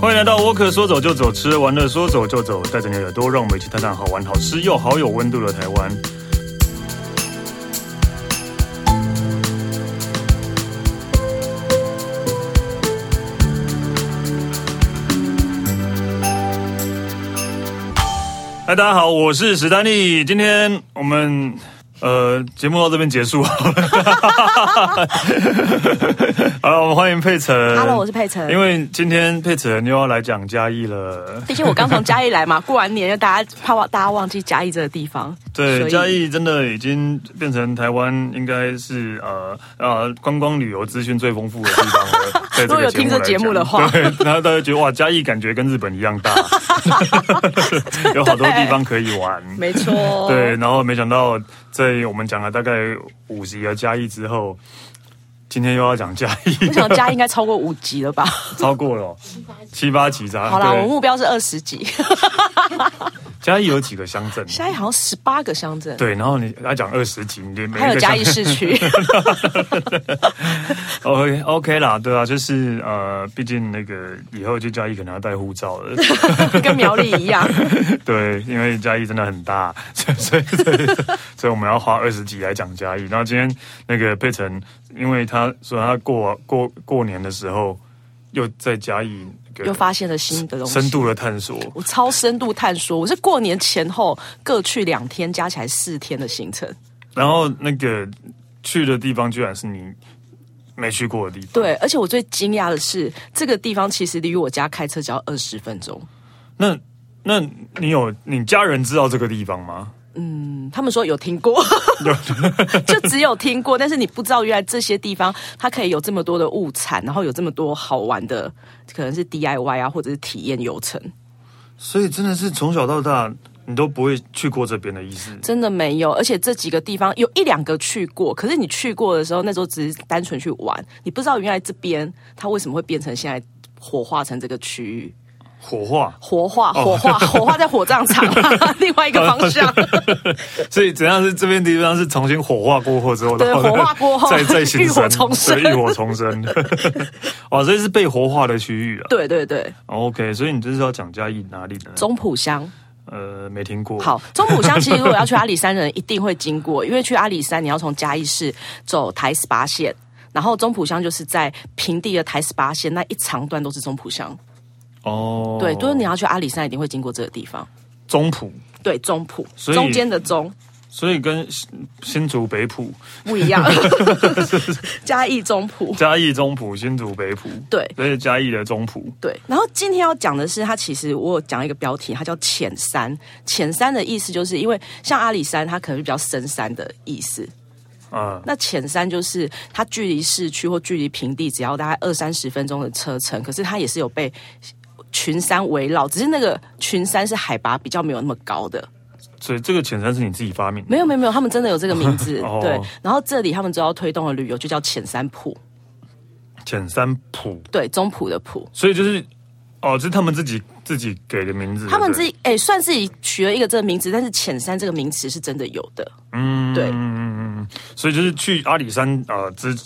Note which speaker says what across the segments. Speaker 1: 欢迎来到沃克，说走就走，吃玩乐说走就走，带着你的耳朵，让我们一起探探好玩、好吃又好有温度的台湾。嗨，大家好，我是史丹利，今天我们。呃，节目到这边结束 好了。好了，我们欢迎佩晨。
Speaker 2: Hello，我是佩 晨
Speaker 1: 因为今天佩晨又要来讲嘉义了，
Speaker 2: 毕竟我刚从嘉义来嘛，过完年就大家怕忘大家忘记嘉义这个地方。所
Speaker 1: 对，
Speaker 2: 以
Speaker 1: 嘉义真的已经变成台湾应该是呃呃观光旅游资讯最丰富的地方 了。在
Speaker 2: 如果有听这节目的话
Speaker 1: 对，然后大家觉得哇，嘉义感觉跟日本一样 大，有好多地方可以玩。
Speaker 2: 没错，
Speaker 1: 对，，然后没想到在我们讲了大概五集的嘉义之后，今天又要讲嘉义，
Speaker 2: 我想嘉义应该超过五集了吧？
Speaker 1: 超过了哦七八集咋？
Speaker 2: 好啦，我
Speaker 1: 对
Speaker 2: 们目标是二十集，
Speaker 1: 嘉义有几个乡镇？啊
Speaker 2: 嘉义好像十八个乡镇，
Speaker 1: 对，然后你要讲二十集，你每
Speaker 2: 还
Speaker 1: 一
Speaker 2: 有
Speaker 1: 个
Speaker 2: 嘉
Speaker 1: 乡
Speaker 2: 义市区。
Speaker 1: OK OK 啦，对啊，就是呃，毕竟那个以后去嘉义可能要带护照了，
Speaker 2: 跟苗栗一样，
Speaker 1: 对，因为嘉义真的很大，所以所以所以所以我们要花二十集来讲嘉义。然后今天那个佩晨，因为他说他过过过年的时候又在嘉义那
Speaker 2: 又
Speaker 1: 个
Speaker 2: 发现了新的东西。
Speaker 1: 深度的探索，
Speaker 2: 我超深度探索，我是过年前后各去两天，加起来四天的行程。
Speaker 1: 然后那个去的地方居然是你没去过的地方。
Speaker 2: 对，而且我最惊讶的是，这个地方其实离我家开车只要二十分钟。
Speaker 1: 那那你有你家人知道这个地方吗？
Speaker 2: 嗯他们说有听过， 就只有听过，但是你不知道原来这些地方它可以有这么多的物产，然后有这么多好玩的，可能是 DIY 啊，或者是体验游程，
Speaker 1: 所以真的是从小到大，你都不会去过这边的意思。
Speaker 2: 真的没有。而且这几个地方有一两个去过，可是你去过的时候，那时候只是单纯去玩，你不知道原来这边它为什么会变成现在火化成这个区域。
Speaker 1: 火化，
Speaker 2: 火化，火化，火化在火葬场， 另外一个方向。
Speaker 1: 所以怎样是这边地方是重新火化过后之后，
Speaker 2: 对
Speaker 1: 然后呢
Speaker 2: 火化过后
Speaker 1: 再再形
Speaker 2: 浴火重生
Speaker 1: 对浴火重生。 哇，这是被活化的区域啊。
Speaker 2: 对对对，
Speaker 1: OK，所以你这是要讲嘉义哪里呢？
Speaker 2: 中埔乡。
Speaker 1: 呃，没听过。，
Speaker 2: 好，中埔乡其实如果要去阿里山的人一定会经过，因为去阿里山你要从嘉义市走台十八线，然后中埔乡就是在平地的台十八线那一长段都是中埔乡。
Speaker 1: 哦，
Speaker 2: 对，就是你要去阿里山一定会经过这个地方。
Speaker 1: 中埔，
Speaker 2: 对，中埔
Speaker 1: 所以
Speaker 2: 中间的中
Speaker 1: 所以跟新新竹北埔、
Speaker 2: 不一 样，嘉义中埔。
Speaker 1: 嘉义中埔、新竹北埔，
Speaker 2: 对
Speaker 1: 所以嘉义的中埔
Speaker 2: 对，然后今天要讲的是，它其实我有讲一个标题，它叫“浅山”。浅山的意思就是因为像阿里山，它可能是比较深山的意思，
Speaker 1: 啊、
Speaker 2: 那浅山就是它距离市区或距离平地只要大概二三十分钟的车程，可是它也是有被群山围绕，只是那个群山是海拔比较没有那么高的。
Speaker 1: 所以这个浅山是你自己发明的
Speaker 2: 没有没有没有，他们真的有这个名字
Speaker 1: 哦
Speaker 2: 对。然后这里他们主要推动的旅游就叫浅山浦，
Speaker 1: 浅山埔。
Speaker 2: 对中埔的埔。
Speaker 1: 所以就是哦，这是他们自己自己给的名字，
Speaker 2: 他们
Speaker 1: 对
Speaker 2: 自己哎、算自己取了一个这个名字，但是浅山这个名词是真的有的。嗯，对，
Speaker 1: 所以就是去阿里山呃之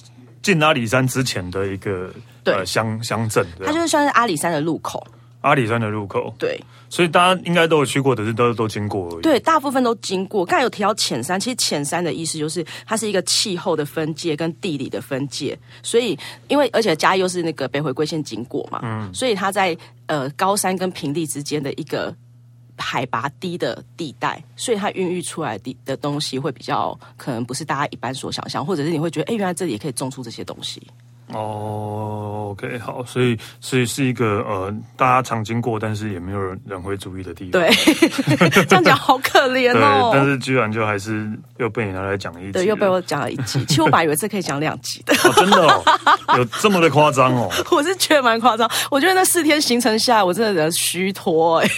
Speaker 1: 进阿里山之前的一个
Speaker 2: 对
Speaker 1: 呃乡乡镇，对吧
Speaker 2: 它就是算是阿里山的入口。
Speaker 1: 阿里山的入口，
Speaker 2: 对，
Speaker 1: 所以大家应该都有去过，只是都都经过而已。
Speaker 2: 对，大部分都经过。刚才有提到浅山，其实浅山的意思就是它是一个气候的分界跟地理的分界，所以因为而且嘉义又是那个北回归线经过嘛，
Speaker 1: 嗯
Speaker 2: 所以它在呃高山跟平地之间的一个海拔低的地带，所以它孕育出来的地的东西会比较可能不是大家一般所想象，或者是你会觉得哎、诶原来这里也可以种出这些东西。
Speaker 1: 哦，OK，好，所以所以是一个呃大家常经过，但是也没有人人会注意的地方。
Speaker 2: 对，这样讲好可怜
Speaker 1: 对
Speaker 2: 哦。
Speaker 1: 但是居然就还是又被你拿来讲一集了，
Speaker 2: 对，又被我讲了一集。其实我本来以为这可以讲两集的。
Speaker 1: 哦，真的 哦，有这么的夸张哦。
Speaker 2: 我是觉得蛮夸张，我觉得那四天行程下来，我真的人虚脱哎、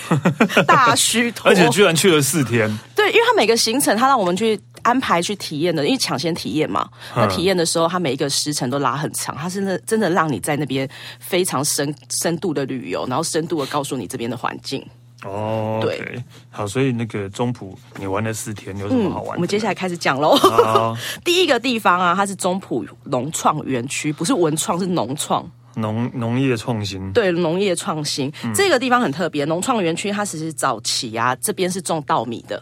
Speaker 2: 大 虚脱。
Speaker 1: 而且居然去了四天，
Speaker 2: 对，因为他每个行程，他让我们去安排去体验的，因为抢先体验嘛。
Speaker 1: 嗯
Speaker 2: 那体验的时候，他每一个时程都拉很长，他真的真的让你在那边非常深深度的旅游，然后深度的告诉你这边的环境。
Speaker 1: 哦，
Speaker 2: 对
Speaker 1: OK，好，所以那个中埔你玩了四天，有什么好玩的、
Speaker 2: 嗯
Speaker 1: 啊
Speaker 2: 我们接下来开始讲喽。
Speaker 1: 好
Speaker 2: 第一个地方啊，它是中埔农创园区，不是文创，是农创。
Speaker 1: 农农业创新，
Speaker 2: 对农业创新、
Speaker 1: 嗯
Speaker 2: 这个地方很特别，农创园区它其实早期啊，这边是种稻米的，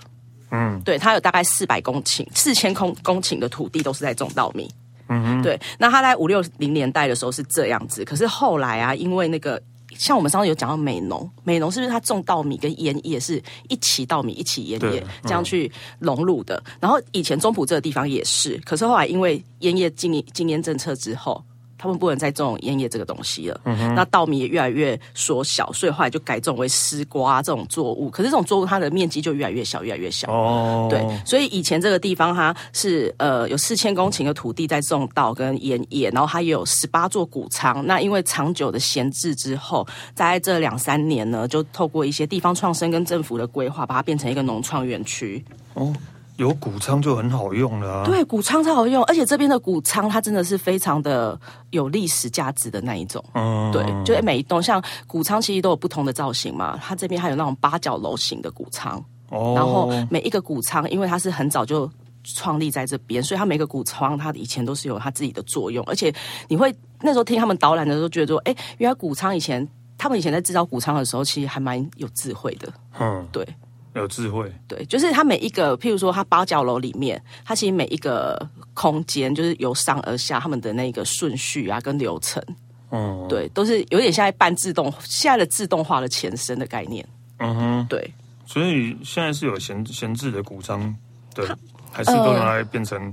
Speaker 1: 嗯，
Speaker 2: 对，它有大概四百公顷、四千公公顷的土地都是在种稻米。嗯对，那它在五六零年代的时候是这样子，可是后来啊，因为那个像我们上次有讲到美农，美农是不是它种稻米跟烟叶是一起稻米一起烟
Speaker 1: 对
Speaker 2: 叶
Speaker 1: 嗯
Speaker 2: 这样去融入的？然后以前中埔这个地方也是，可是后来因为烟叶禁烟禁烟政策之后，他们不能再种烟叶这个东西了。
Speaker 1: 嗯
Speaker 2: 那稻米也越来越缩小，所以后来就改种为丝瓜这种作物。可是这种作物它的面积就越来越小，越来越小。
Speaker 1: 哦，
Speaker 2: 对，所以以前这个地方它是呃有四千公顷的土地在种稻跟盐业，然后它也有十八座谷仓。那因为长久的闲置之后，在这两三年呢，就透过一些地方创生跟政府的规划，把它变成一个农创园区。
Speaker 1: 哦，有谷仓就很好用了、啊，，
Speaker 2: 对，谷仓超好用，而且这边的谷仓它真的是非常的有历史价值的那一种。
Speaker 1: 嗯
Speaker 2: 对，就是每一栋像谷仓其实都有不同的造型嘛，它这边还有那种八角楼型的谷仓，
Speaker 1: 哦，
Speaker 2: 然后每一个谷仓，因为它是很早就创立在这边，所以它每个谷仓它以前都是有它自己的作用，而且你会那时候听他们导览的时候，觉得说，哎，原来谷仓以前他们以前在制造谷仓的时候，其实还蛮有智慧的，
Speaker 1: 嗯，
Speaker 2: 对。
Speaker 1: 有智慧，
Speaker 2: 对，就是它每一个，譬如说它八角楼里面，它其实每一个空间就是由上而下，他们的那个顺序啊跟流程，
Speaker 1: 嗯，，
Speaker 2: 对，都是有点像在半自动，现在的自动化的前身的概念。
Speaker 1: 嗯哼，
Speaker 2: 对，
Speaker 1: 所以现在是有闲闲置的谷仓的，还是都拿来变成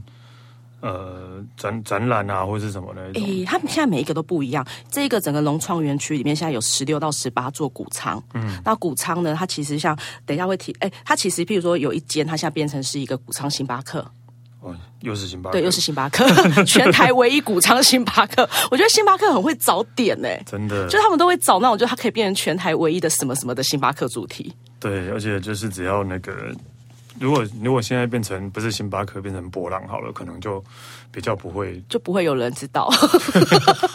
Speaker 1: 呃展展览啊，或是什么那一种，
Speaker 2: 诶，他们现在每一个都不一样。这个整个农创园区里面，现在有十六到十八座谷仓。嗯，那谷仓呢，它其实像等一下会提，诶，它其实譬如说有一间，它现在变成是一个谷仓星巴克，
Speaker 1: 哦，又是星巴克，
Speaker 2: 对，又是星巴克， 全台唯一谷仓星巴克。我觉得星巴克很会找点呢、
Speaker 1: 真的，
Speaker 2: 就是他们都会找那种，就它可以变成全台唯一的什么什么的星巴克主题。
Speaker 1: 对，而且就是只要那个，如果如果现在变成不是星巴克，变成波浪好了，可能就比较不会。
Speaker 2: 就不会有人知道，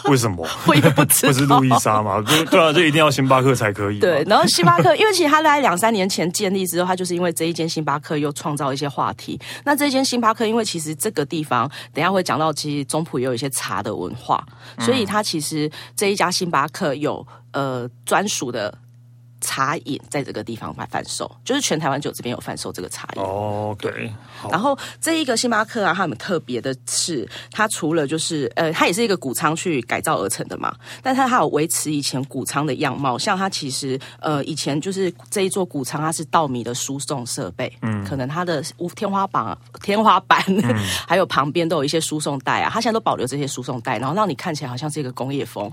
Speaker 1: 为什么？
Speaker 2: 我也不知 道。
Speaker 1: 不是路易莎嘛？就对啊，就一定要星巴克才可以嘛。
Speaker 2: 对，然后星巴克，因 为其实它在两三年前建立之后，它就是因为这一间星巴克又创造一些话题。那这一间星巴克，因为其实这个地方等一下会讲到，其实中埔也有一些茶的文化，所以它其实这一家星巴克有呃专属的茶饮在这个地方卖贩售，就是全台湾就有这边有贩售这个茶饮。
Speaker 1: 哦，OK，好，
Speaker 2: 然后这一个星巴克啊，它很特别的是，它除了就是呃，它也是一个谷仓去改造而成的嘛，但它还有维持以前谷仓的样貌。像它其实呃，以前就是这一座谷仓，它是稻米的输送设备，嗯，可能它的屋天花板、天花板、 还有旁边都有一些输送带啊，它现在都保留这些输送带，然后让你看起来好像是一个工业风。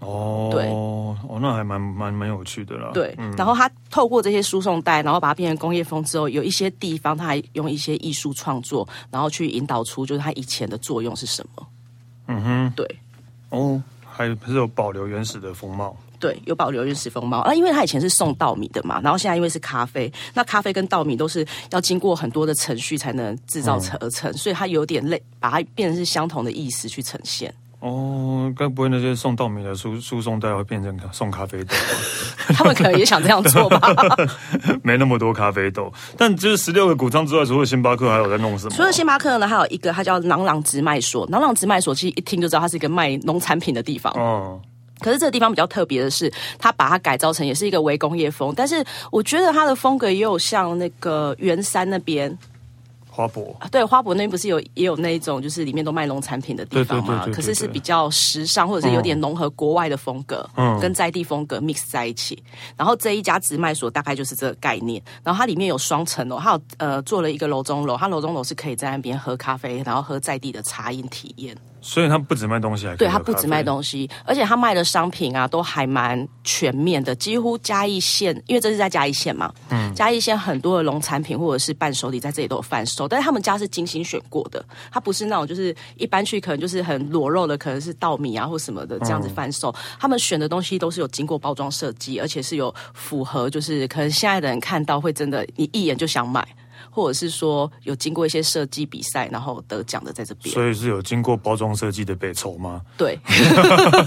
Speaker 1: 哦，
Speaker 2: 对
Speaker 1: 哦，那还蛮蛮蛮有趣的啦。
Speaker 2: 对，然后它透过这些输送带，然后把它变成工业风之后，有一些地方它还用一些艺术创作，然后去引导出就是它以前的作用是什么。嗯哼，对
Speaker 1: 哦，还是有保留原始的风貌。
Speaker 2: 对，有保留原始风貌。那、因为它以前是送稻米的嘛，然后现在因为是咖啡，那咖啡跟稻米都是要经过很多的程序才能制造成而成，所以它有点类把它变成是相同的意思去呈现。
Speaker 1: 哦，该不会那些送稻米的输输送带会变成送咖 啡豆？
Speaker 2: 他们可能也想这样做吧。
Speaker 1: 没那么多咖啡豆，但就是十六个谷仓之外，除了星巴克，还有在弄什么？
Speaker 2: 除了星巴克呢，还有一个它叫朗朗直卖所。朗朗直卖所其实一听就知道它是一个卖农产品的地方。
Speaker 1: 哦，
Speaker 2: 可是这个地方比较特别的是，它把它改造成也是一个微工业风，但是我觉得它的风格也有像那个圆山那边，
Speaker 1: 花博。
Speaker 2: 啊对，花博那边不是有也有那一种就是里面都卖农产品的地方嘛
Speaker 1: 对对对对，对
Speaker 2: 可是是比较时尚或者是有点融合国外的风格，
Speaker 1: 嗯
Speaker 2: 跟在地风格 mix 在一起。然后这一家直卖所大概就是这个概念，然后它里面有双层楼，它有呃做了一个楼中楼，它楼中楼是可以在那边喝咖啡，然后喝在地的茶饮体验。
Speaker 1: 所以它不只卖东西，还可以
Speaker 2: 对，他
Speaker 1: 喝
Speaker 2: 不
Speaker 1: 咖
Speaker 2: 止
Speaker 1: 啡
Speaker 2: 卖东西，而且他卖的商品啊，都还蛮全面的，几乎嘉义县，因为这是在嘉义县嘛，嗯，嘉义县很多的农产品或者是伴手礼在这里都有贩售，但是他们家是精心选过的，它不是那种就是一般去可能就是很裸露的，可能是稻米啊或什么的这样子
Speaker 1: 嗯
Speaker 2: 贩售，他们选的东西都是有经过包装设计，而且是有符合，就是可能现在的人看到会真的你一眼就想买。或者是说有经过一些设计比赛，然后得奖的在这边，
Speaker 1: 所以是有经过包装设计的北筹吗？
Speaker 2: 对，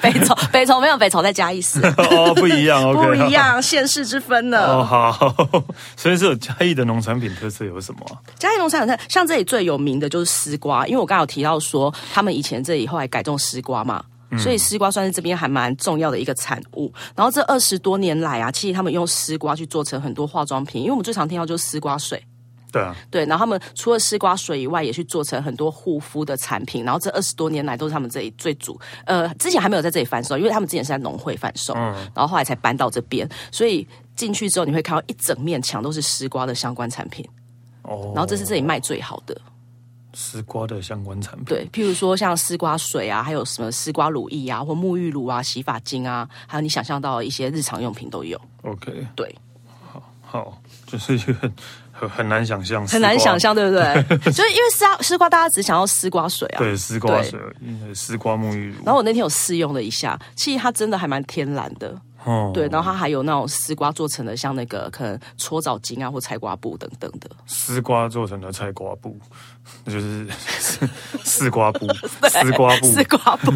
Speaker 2: 北丑北丑没有北丑在嘉义市，
Speaker 1: 哦，不一 样，OK，
Speaker 2: 不一。样，县市之分
Speaker 1: 哦，
Speaker 2: 呢。
Speaker 1: 好， 所以是有嘉义的农产品特色有什么啊、
Speaker 2: 嘉义农产品，像这里最有名的就是丝瓜，因为我刚刚有提到说，他们以前这里后来改种丝瓜嘛。
Speaker 1: 嗯
Speaker 2: 所以丝瓜算是这边还蛮重要的一个产物。然后这二十多年来啊，其实他们用丝瓜去做成很多化妆品，因为我们最常听到就是丝瓜水。
Speaker 1: 对啊，
Speaker 2: 对，然后他们除了丝瓜水以外，也去做成很多护肤的产品。然后这二十多年来都是他们这里最主，呃，之前还没有在这里贩售，因为他们之前是在农会贩售，
Speaker 1: 嗯
Speaker 2: 然后后来才搬到这边。所以进去之后，你会看到一整面墙都是丝瓜的相关产品，
Speaker 1: 哦，
Speaker 2: 然后这是这里卖最好的。
Speaker 1: 丝瓜的相关产品，
Speaker 2: 对，譬如说像丝瓜水啊，还有什么丝瓜乳液啊，或沐浴乳啊、洗发精啊，还有你想象到的一些日常用品都有。
Speaker 1: ，OK，
Speaker 2: 对，
Speaker 1: 好，就是一个很很很难想象，
Speaker 2: 很难想。象，对不对？ 就是因为丝瓜丝瓜，大家只想要丝瓜水啊。
Speaker 1: 对，丝瓜水、嗯丝瓜沐浴乳，
Speaker 2: 然后我那天有试用了一下，其实它真的还蛮天然的，
Speaker 1: 哦，
Speaker 2: 对。然后它还有那种丝瓜做成的，像那个可能搓澡巾啊或菜瓜布等等的，
Speaker 1: 丝瓜做成的菜瓜布， 那就是 丝瓜 布，丝瓜布，
Speaker 2: 丝 瓜布，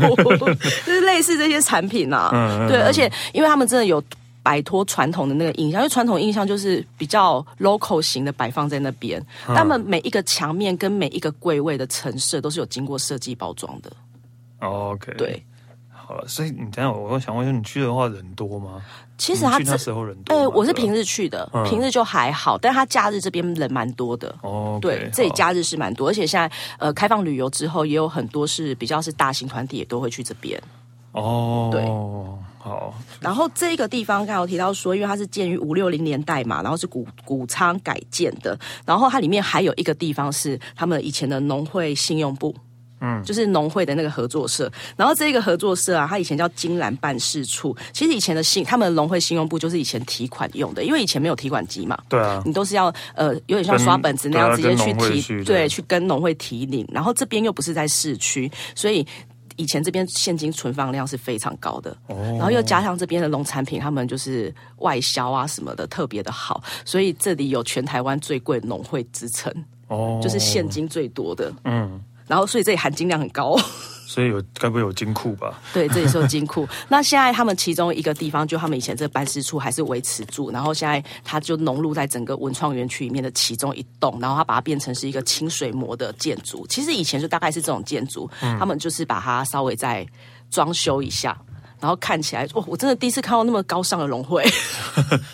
Speaker 2: 就是类似这些产品啊。
Speaker 1: 嗯嗯
Speaker 2: 对，
Speaker 1: 嗯
Speaker 2: 而且因为他们真的有摆脱传统的那个印象，因为传统印象就是比较 local 型的摆放在那边，
Speaker 1: 嗯
Speaker 2: 他们每一个墙面跟每一个柜位的陈设都是有经过设计包装的。
Speaker 1: 哦 OK，
Speaker 2: 对，，
Speaker 1: 好了，所以你等一下我我想问一下，你去的话人多吗？
Speaker 2: 其实它
Speaker 1: 你去
Speaker 2: 这
Speaker 1: 那。时候人多
Speaker 2: 哎、
Speaker 1: 吗，
Speaker 2: 我是
Speaker 1: 对吧啊嗯
Speaker 2: 平日去的，平日就还好，但他假日这边人蛮多的。
Speaker 1: 哦，OK，
Speaker 2: 对，这里
Speaker 1: 好
Speaker 2: 假日是蛮多，而且现在呃开放旅游之后，也有很多是比较是大型团体也都会去这边。
Speaker 1: 哦，
Speaker 2: 对，
Speaker 1: 好，
Speaker 2: 然后这个地方刚好提到说，因为它是建于五六零年代嘛，然后是谷谷仓改建的，然后它里面还有一个地方是他们以前的农会信用部。嗯，就是农会的那个合作社，然后这个合作社啊，它以前叫金兰办事处。其实以前的信，他们农会信用部就是以前提款用的，因为以前没有提款机嘛，
Speaker 1: 对啊，
Speaker 2: 你都是要呃有点像
Speaker 1: 跟
Speaker 2: 刷本子那样直
Speaker 1: 对啊
Speaker 2: 接去
Speaker 1: 跟农会
Speaker 2: 提，
Speaker 1: 去的
Speaker 2: 对，去跟农会提领。然后这边又不是在市区，所以。以前这边现金存放量是非常高的，
Speaker 1: 哦
Speaker 2: 然后又加上这边的农产品，他们就是外销啊什么的特别的好，所以这里有全台湾最贵农会之称，
Speaker 1: 哦，
Speaker 2: 就是现，金最多的。
Speaker 1: 嗯，
Speaker 2: 然后所以这里含金量很高、哦
Speaker 1: 所以有该不会有金库吧？
Speaker 2: 对，这里是有金库。那现在他们其中一个地方，就他们以前这个办事处还是维持住，然后现在它就融入在整个文创园区里面的其中一栋，然后它把它变成是一个清水模的建筑。其实以前就大概是这种建筑，他们就是把它稍微再装修一下。然后看起来，哇！我真的第一次看到那么高尚的农会，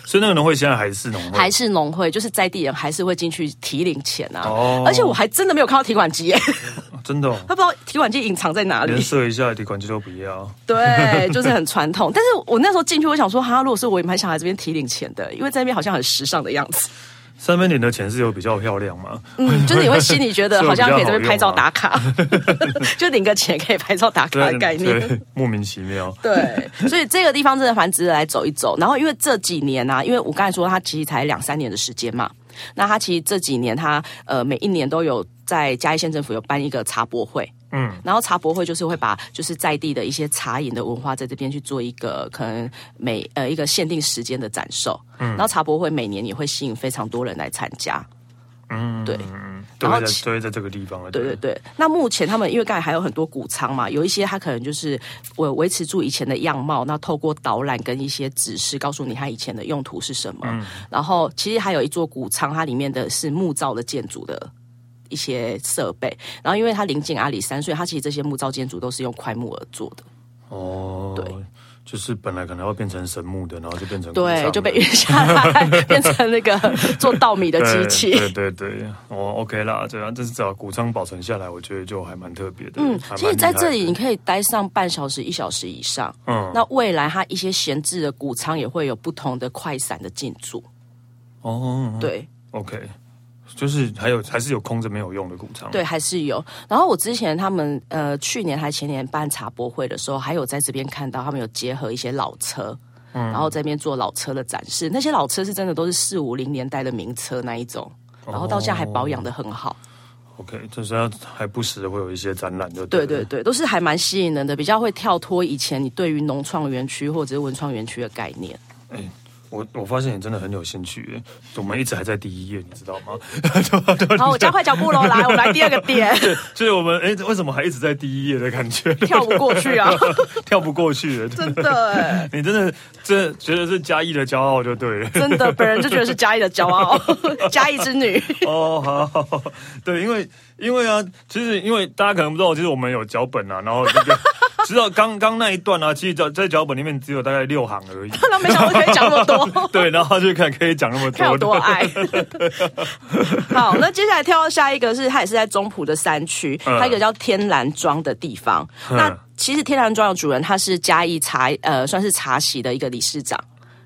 Speaker 1: 所以那个农会现在还是农会，
Speaker 2: 还是农会，就是在地人还是会进去提领钱啊。
Speaker 1: 哦
Speaker 2: 而且我还真的没有看到提款机耶，
Speaker 1: 真 的、哦，
Speaker 2: 他不知道提款机隐藏在哪里。
Speaker 1: 连设一下提款机都不要，
Speaker 2: 对，就是很传统。但是我那时候进去，我想说，哈，如果是我也蛮想来这边提领钱的，因为在那边好像很时尚的样子。
Speaker 1: 三分领的钱是有比较漂亮吗？
Speaker 2: 嗯，就是你会心里觉得
Speaker 1: 是我
Speaker 2: 好像可以
Speaker 1: 比较
Speaker 2: 这
Speaker 1: 好啊
Speaker 2: 边拍照打卡， 就领个钱可以拍照打卡的概念。
Speaker 1: 对， 莫名其妙。
Speaker 2: 对， 所以这个地方真的蛮值得来走一走。然后因为这几年啊，因为我刚才说它其实才两三年的时间嘛，那它其实这几年它呃每一年都有在嘉义县政府有办一个茶博会。嗯，然后茶博会就是会把就是在地的一些茶饮的文化在这边去做一个可能每呃一个限定时间的展售，嗯，然后茶博会每年也会吸引非常多人来参加，嗯，对，
Speaker 1: 都
Speaker 2: 然后
Speaker 1: 会在
Speaker 2: 其
Speaker 1: 都会在这个地方了，
Speaker 2: 对对
Speaker 1: 不
Speaker 2: 对，那目前他们因为刚才还有很多谷仓嘛，有一些他可能就是维维持住以前的样貌，那透过导览跟一些指示，告诉你它以前的用途是什么。
Speaker 1: 嗯
Speaker 2: 然后其实还有一座谷仓，它里面的是木造的建筑的。一些设备，然后因为它临近阿里山，所以它其实这些木造建筑都是用块木而做的，
Speaker 1: 哦，
Speaker 2: 对，
Speaker 1: 就是本来可能要变成神木的，然后就变成古
Speaker 2: 对，
Speaker 1: 上
Speaker 2: 就被
Speaker 1: 了
Speaker 2: 运下来，变成那个做稻米的 机
Speaker 1: 对
Speaker 2: 器。
Speaker 1: 对对对，哦，OK 啦，这样这是只要古仓保存下来，我觉得就还蛮特别的。
Speaker 2: 嗯
Speaker 1: 还，蛮
Speaker 2: 其实在
Speaker 1: 厉害
Speaker 2: 这
Speaker 1: 的
Speaker 2: 里你可以待上半小时、一小时以上。
Speaker 1: 嗯
Speaker 2: 嗯，那未来它一些闲置的谷仓也会有不同的快闪的进驻。
Speaker 1: 哦，
Speaker 2: 对
Speaker 1: ，OK，就是还有还是有空着没有用的古仓，
Speaker 2: 对，，还是有。然后我之前他们呃去年还前年办茶博会的时候，还有在这边看到他们有结合一些老车。然后这边做老车的展示，那些老车是真的都是四五零年代的名车那一种，然后到现在还保养的很好。
Speaker 1: OK，就是它还不时地会有一些展览，就
Speaker 2: 对
Speaker 1: 对
Speaker 2: 对
Speaker 1: 了
Speaker 2: 对，都是还蛮吸引人的，比较会跳脱以前你对于农创园区或者是文创园区的概念。
Speaker 1: 哎我我发现你真的很有兴趣耶，我们一直还在第一页，你知道吗？
Speaker 2: 好，我加快脚步喽，来，我们来第二个点，
Speaker 1: 就是我们哎，为什么还一直在第一页的感觉？
Speaker 2: 跳不过去啊，
Speaker 1: 跳不过去了，
Speaker 2: 真的欸，
Speaker 1: 你真的这觉得是嘉义的骄傲就对 了。
Speaker 2: 真的，本人就觉得是嘉义的骄 傲，嘉义之女。
Speaker 1: 哦，好好，好 对，因为因为啊，其实因为大家可能不知道，其实我们有脚本啊，然后这个知道刚刚那一段啊，其实脚在脚本里面只有大概六行而已。。
Speaker 2: 那没想到可以讲那么多
Speaker 1: 对，然后就看可以讲那么
Speaker 2: 看有
Speaker 1: 多
Speaker 2: 多
Speaker 1: 的，
Speaker 2: 爱。 好，那接下来跳到下一个是，它也是在中埔的山区，
Speaker 1: 嗯
Speaker 2: 它有一个叫天蓝庄的地方。
Speaker 1: 嗯
Speaker 2: 那其实天蓝庄的主人他是嘉义茶呃，算是茶席的一个理事长，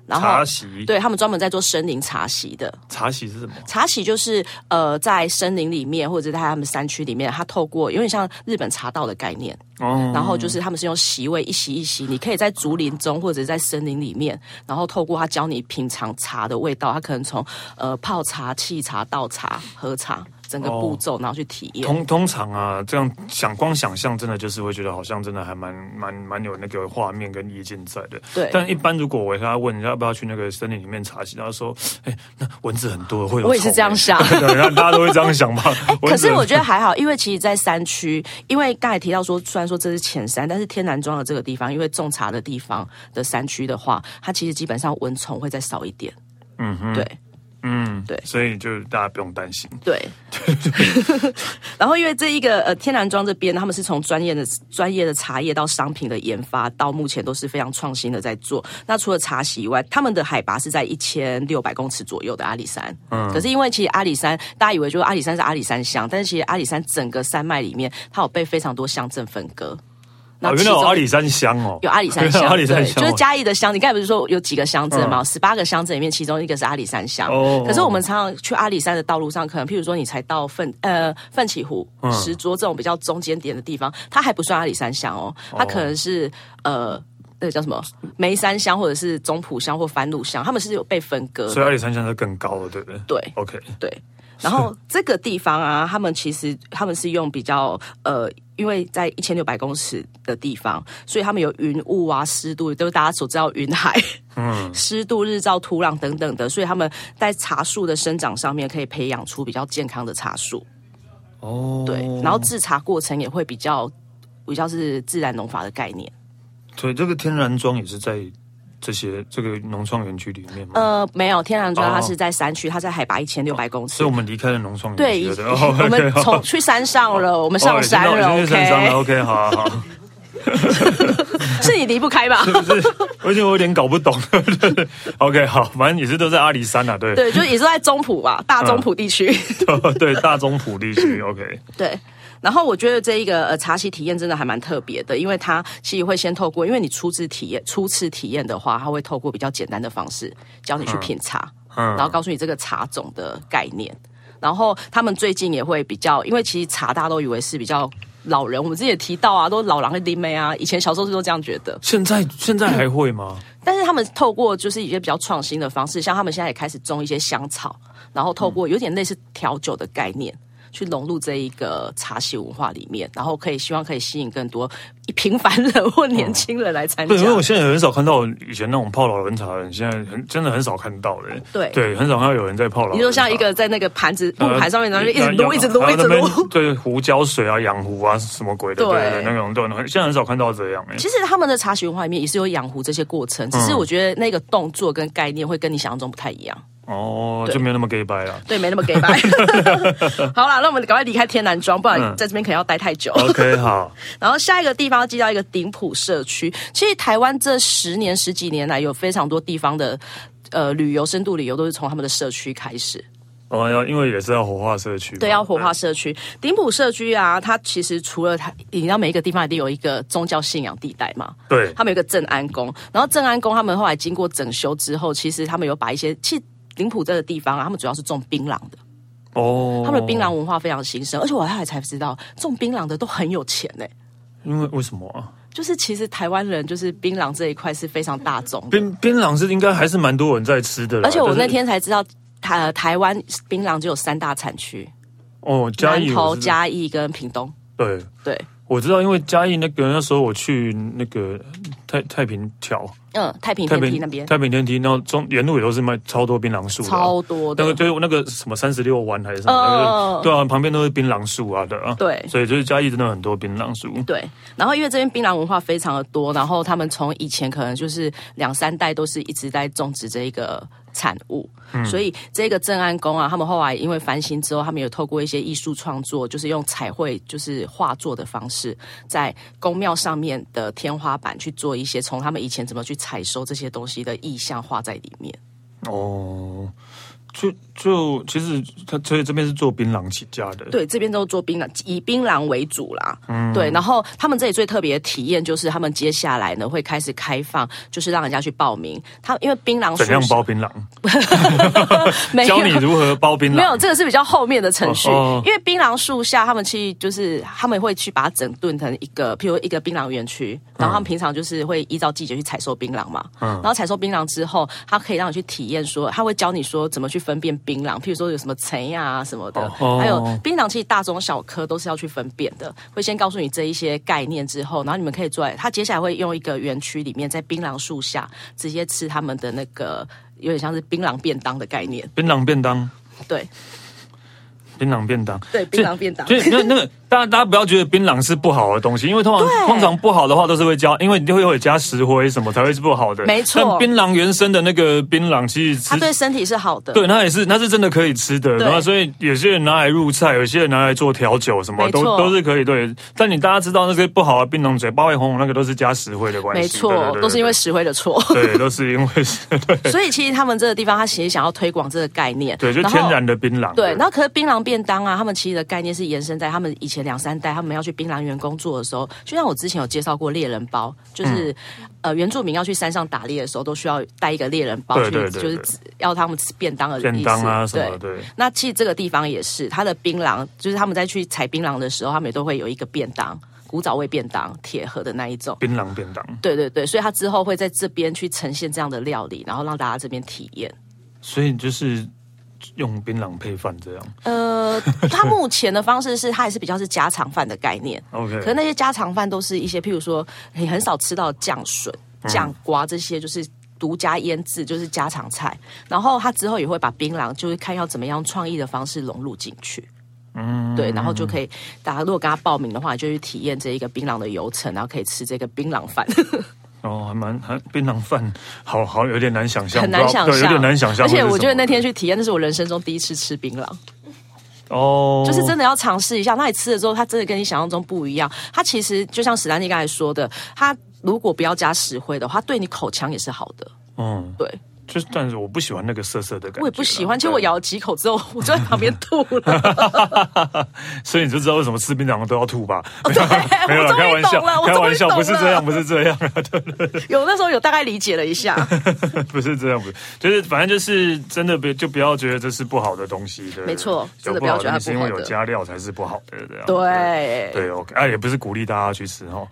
Speaker 2: 然后
Speaker 1: 茶席，
Speaker 2: 对他们专门在做森林茶席的。
Speaker 1: 茶席是什么？
Speaker 2: 茶席就是呃，在森林里面或者在他们山区里面，它透过有点像日本茶道的概念，
Speaker 1: 哦，
Speaker 2: 然后就是他们是用席位一席一席，你可以在竹林中或者在森林里面，然后透过他教你品尝茶的味道，他可能从呃泡茶、沏茶、倒茶、喝茶整个
Speaker 1: 哦
Speaker 2: 步骤，然后去体验。
Speaker 1: 通通常啊，这样想光想象，真的就是会觉得好像真的还蛮蛮蛮有那个画面跟意境在的。
Speaker 2: 对
Speaker 1: 但一般如果我跟他问人家要不要去那个森林里面茶席，他说：“哎、那蚊子很多，会有。”欸
Speaker 2: 我也是这样。想。
Speaker 1: 对，然后大家都会这样想吧。蚊
Speaker 2: 可
Speaker 1: 子
Speaker 2: 是
Speaker 1: 很
Speaker 2: 我觉得还好，因为其实，在山区，因为刚才提到说，虽然说这是浅山，但是天南庄的这个地方，因为种茶的地方的山区的话，它其实基本上蚊虫会再少一点。嗯哼，对。
Speaker 1: 嗯，
Speaker 2: 对
Speaker 1: 所以就大家不用担心。
Speaker 2: 对， 然后因为这一个呃天然庄这边，他们是从专业的呃专业的茶叶到商品的研发，到目前都是非常创新的在做。那除了茶席以外，他们的海拔是在一千六百公尺左右的阿里山。嗯，可是因为其实阿里山，大家以为就是阿里山是阿里山乡，但是其实阿里山整个山脉里面，它有被非常多乡镇分割。
Speaker 1: 哦，
Speaker 2: 那
Speaker 1: 原
Speaker 2: 其
Speaker 1: 来
Speaker 2: 中
Speaker 1: 有阿里山乡哦，
Speaker 2: 有阿里山
Speaker 1: 原来
Speaker 2: 乡，
Speaker 1: 有阿里山乡
Speaker 2: 对，
Speaker 1: 哦
Speaker 2: 就是嘉义的乡。你刚才不是说有几个乡镇吗？十八、个乡镇里面，其中一个是阿里山乡。
Speaker 1: 哦
Speaker 2: 可是我们常常去阿里山的道路上，可能譬如说你才到奋呃奋起湖、
Speaker 1: 嗯
Speaker 2: 石桌这种比较中间点的地方，它还不算阿里山乡哦，它可能是、呃。那个叫什么梅山乡，或者是中埔乡或番路乡，他们是有被分割的。
Speaker 1: 所以阿里山乡是更高了，对不对？
Speaker 2: 对
Speaker 1: ，OK，
Speaker 2: 对，然后这个地方啊，他们其实他们是用比较呃，因为在一千六百公尺的地方，所以他们有云雾啊、湿度，就是大家所知道云海、嗯、 湿度、日照、土壤等等的，所以他们在茶树的生长上面可以培养出比较健康的茶树。
Speaker 1: 哦，
Speaker 2: 对，然后制茶过程也会比较比较是自然农法的概念。
Speaker 1: 所以这个天然庄也是在这些这个农创园区里面嘛。
Speaker 2: 呃，没有天然庄，它
Speaker 1: 嗯哦
Speaker 2: 是在山区，它在海拔一千六百公尺
Speaker 1: 所以。我们离开了农创园
Speaker 2: 对，
Speaker 1: 区
Speaker 2: 已
Speaker 1: 了，对哦
Speaker 2: 我
Speaker 1: OK，
Speaker 2: 们
Speaker 1: 好
Speaker 2: 从去山上了，我们上山
Speaker 1: 哦已经到
Speaker 2: 了
Speaker 1: 已经去山上了
Speaker 2: ，OK，
Speaker 1: ，OK，好啊 好，
Speaker 2: 是你离不开吧？
Speaker 1: 就是而且我有点搞不懂 ，OK，好，反正也是都在阿里山啊， 对，哦
Speaker 2: 对，就是也是在中埔吧，大中埔地区。
Speaker 1: 嗯对，大中埔地区，OK，
Speaker 2: 对。然后我觉得这一个呃茶席体验真的还蛮特别的，因为它其实会先透过，因为你初次体验、初次体验的话，它会透过比较简单的方式教你去品茶，
Speaker 1: 嗯
Speaker 2: 然后告诉你这个茶种的概念。然后他们最近也会比较，因为其实茶大家都以为是比较老人，我们之前也提到啊，都老狼会拎妹啊，以前小时候是都这样觉得。
Speaker 1: 现在现在还会吗？
Speaker 2: 但是他们透过就是一些比较创新的方式，像他们现在也开始种一些香草，然后透过有点类似调酒的概念。去融入这一个茶席文化里面，然后可以希望可以吸引更多平凡人或年轻人来参加。
Speaker 1: 对，因为我现在很少看到以前那种泡老人茶的人，现在很真的很少看到了，
Speaker 2: 对
Speaker 1: 对，很少看到有人在泡老人茶。
Speaker 2: 你就像一个在那个盘子木
Speaker 1: 呃
Speaker 2: 盘上面，然后就一直
Speaker 1: 然后
Speaker 2: 撸，一直撸，
Speaker 1: 然
Speaker 2: 一
Speaker 1: 后
Speaker 2: 直
Speaker 1: 那边
Speaker 2: 撸。
Speaker 1: 对，胡椒水啊、养壶啊，什么鬼的，
Speaker 2: 对
Speaker 1: 对对，那种都很现在很少看到这样哎。
Speaker 2: 其实他们的茶席文化里面也是有养壶这些过程，只是我觉得那个动作跟概念会跟你想象中不太一样。
Speaker 1: 哦，
Speaker 2: 对
Speaker 1: 就没有那么 gay 白了。
Speaker 2: 对，没那么给白。好啦，那我们赶快离开天南庄，不然在这边可能要待太久。
Speaker 1: OK，好，
Speaker 2: 然后下一个地方要介绍一个顶埔社区。其实台湾这十年十几年来，有非常多地方的呃旅游深度旅游都是从他们的社区开始。
Speaker 1: 哦，要因为也是要活化社区嘛，
Speaker 2: 对，要活化社区。顶埔社区啊，它其实除了它，你知道每一个地方一定有一个宗教信仰地带嘛。
Speaker 1: 对，
Speaker 2: 他们有一个正安宫，然后正安宫他们后来经过整修之后，其实他们有把一些，其实顶埔这个地方啊，他们主要是种槟榔的，
Speaker 1: 哦，
Speaker 2: 他们的槟榔文化非常兴盛，而且我后来才知道，种槟榔的都很有钱呢、
Speaker 1: 因为为什么啊？
Speaker 2: 就是其实台湾人就是槟榔这一块是非常大众的，
Speaker 1: 槟槟榔是应该还是蛮多人在吃的啦，
Speaker 2: 而且我
Speaker 1: 啊但是
Speaker 2: 那天才知道，台、呃、台湾槟榔只有三大产区：
Speaker 1: 哦，嘉
Speaker 2: 南
Speaker 1: 义
Speaker 2: 投、
Speaker 1: 我是
Speaker 2: 嘉义跟屏东。
Speaker 1: 对。
Speaker 2: 对，
Speaker 1: 我知道，因为嘉义那个那时候我去那个太太平桥，
Speaker 2: 嗯，太平
Speaker 1: 太
Speaker 2: 天
Speaker 1: 平
Speaker 2: 梯那边
Speaker 1: 太平天梯，然后中沿路也都是卖超多槟榔树的啊，
Speaker 2: 超多的，
Speaker 1: 那个对那个什么三十六弯还是什么，
Speaker 2: 嗯
Speaker 1: 对啊，旁边都是槟榔树啊的啊，
Speaker 2: 对
Speaker 1: 所以就是嘉义真的很多槟榔树，
Speaker 2: 对，然后因为这边槟榔文化非常的多，然后他们从以前可能就是两三代都是一直在种植这一个产物，所以这个正安宫啊，他们后来因为翻新之后，他们有透过一些艺术创作，就是用彩绘，就是画作的方式，在宫庙上面的天花板去做一些从他们以前怎么去采收这些东西的意象画在里面。
Speaker 1: 哦。就就其实他所以这边是做槟榔起家的，
Speaker 2: 对，这边都做槟榔，以槟榔为主啦。
Speaker 1: 嗯
Speaker 2: 对，然后他们这里最特别的体验就是，他们接下来呢会开始开放，就是让人家去报名。他因为槟榔树
Speaker 1: 怎样
Speaker 2: 是
Speaker 1: 包槟榔？
Speaker 2: 没有
Speaker 1: 教你如何包槟榔？
Speaker 2: 没有，这个是比较后面的程序，
Speaker 1: 哦哦
Speaker 2: 因为槟榔树下，他们去就是他们会去把它整顿成一个，譬如一个槟榔园区，然后他们平常就是会依照季节去采收槟榔嘛，
Speaker 1: 嗯
Speaker 2: 然后采收槟榔之后，他可以让你去体验说，他会教你说怎么去分辨槟榔，譬如说有什么橙呀、啊、什么的，
Speaker 1: 哦
Speaker 2: 还有槟榔其实大中小颗都是要去分辨的，会先告诉你这一些概念之后，然后你们可以坐在他接下来会用一个园区里面，在槟榔树下直接吃他们的那个。有点像是槟榔便当的概念，
Speaker 1: 槟榔便当，
Speaker 2: 对
Speaker 1: 槟榔便当。
Speaker 2: 对，槟榔便当。
Speaker 1: 所以那那个，大家大家不要觉得槟榔是不好的东西，因为通常
Speaker 2: 对
Speaker 1: 通常不好的话都是会加，因为你会有加石灰什么才会是不好的。
Speaker 2: 没错
Speaker 1: 但槟榔原生的那个槟榔其实吃
Speaker 2: 它对身体是好的。
Speaker 1: 对，它也是，它是真的可以吃的。然后，所以有些人拿来入菜，有些人拿来做调酒，什么
Speaker 2: 没
Speaker 1: 都
Speaker 2: 错
Speaker 1: 都是可以。对，但你大家知道那些不好的槟榔嘴、八味红红那个都是加石灰的关系，
Speaker 2: 没
Speaker 1: 对
Speaker 2: 错，
Speaker 1: 对对
Speaker 2: 都是因为石灰的错。
Speaker 1: 对，都是因为是对
Speaker 2: 所以其实他们这个地方，他其实想要推广这个概念。
Speaker 1: 对，就
Speaker 2: 然后
Speaker 1: 天然的槟榔。
Speaker 2: 对，然后可是槟榔便当啊，他们其实的概念是延伸在他们以前两三代，他们要去槟榔园工作的时候，就像我之前有介绍过猎人包，就是、
Speaker 1: 嗯
Speaker 2: 呃原住民要去山上打猎的时候，都需要带一个猎人包
Speaker 1: 对
Speaker 2: 去，
Speaker 1: 对对
Speaker 2: 就
Speaker 1: 对
Speaker 2: 是要他们吃便当的意思。
Speaker 1: 便当啊什么，
Speaker 2: 对
Speaker 1: 对，
Speaker 2: 那其实这个地方也是，它的槟榔就是他们在去采槟榔的时候，他们也都会有一个便当，古早味便当，铁盒的那一种。
Speaker 1: 槟榔便当。
Speaker 2: 对对对，所以他之后会在这边去呈现这样的料理，然后让大家这边体验。
Speaker 1: 所以就是用槟榔配饭这样。
Speaker 2: 呃，他目前的方式是，他还是比较是家常饭的概念。
Speaker 1: OK，
Speaker 2: 可是那些家常饭都是一些，譬如说你很少吃到酱笋、
Speaker 1: 嗯
Speaker 2: 酱瓜这些，就是独家腌制，就是家常菜。然后他之后也会把槟榔，就是看要怎么样创意的方式融入进去。嗯，对，然后就可以，大家如果跟他报名的话，就去体验这一个槟榔的游程，然后可以吃这个槟榔饭，
Speaker 1: 哦，还蛮还槟榔饭，好好有点难想象，
Speaker 2: 很难
Speaker 1: 不知道
Speaker 2: 想
Speaker 1: 对，有
Speaker 2: 象，
Speaker 1: 点难想象会
Speaker 2: 而
Speaker 1: 是
Speaker 2: 且
Speaker 1: 什么。
Speaker 2: 我觉得那天去体验，那是我人生中第一次吃槟榔。
Speaker 1: 哦，
Speaker 2: 就是真的要尝试一下。那你吃了之后，它真的跟你想象中不一样。它其实就像史丹利刚才说的，它如果不要加石灰的话，对你口腔也是好的。
Speaker 1: 嗯，
Speaker 2: 对，
Speaker 1: 就是但是我不喜欢那个涩涩的感觉啦，
Speaker 2: 我也不喜欢。其实
Speaker 1: 对
Speaker 2: 我咬了几口之后，我就在旁边吐 了。
Speaker 1: 所以你就知道为什么吃槟榔都要吐吧？
Speaker 2: 哦对
Speaker 1: 没有啦
Speaker 2: 我终于
Speaker 1: 开玩笑
Speaker 2: 懂了，我
Speaker 1: 开玩笑，
Speaker 2: 终
Speaker 1: 不
Speaker 2: 于
Speaker 1: 是
Speaker 2: 懂了
Speaker 1: 这样，不是这样，
Speaker 2: 有那时候有大概理解了一下，
Speaker 1: 不是这样，不是，就是反正就是真的别就不要觉得这是不好的东西，对对对
Speaker 2: 没错
Speaker 1: 有
Speaker 2: 真的不要觉得它
Speaker 1: 东西是因为
Speaker 2: 不好
Speaker 1: 有
Speaker 2: 的
Speaker 1: 加料才是不好的，这样
Speaker 2: 对
Speaker 1: 对，OK，啊，也不是鼓励大家去吃 哈，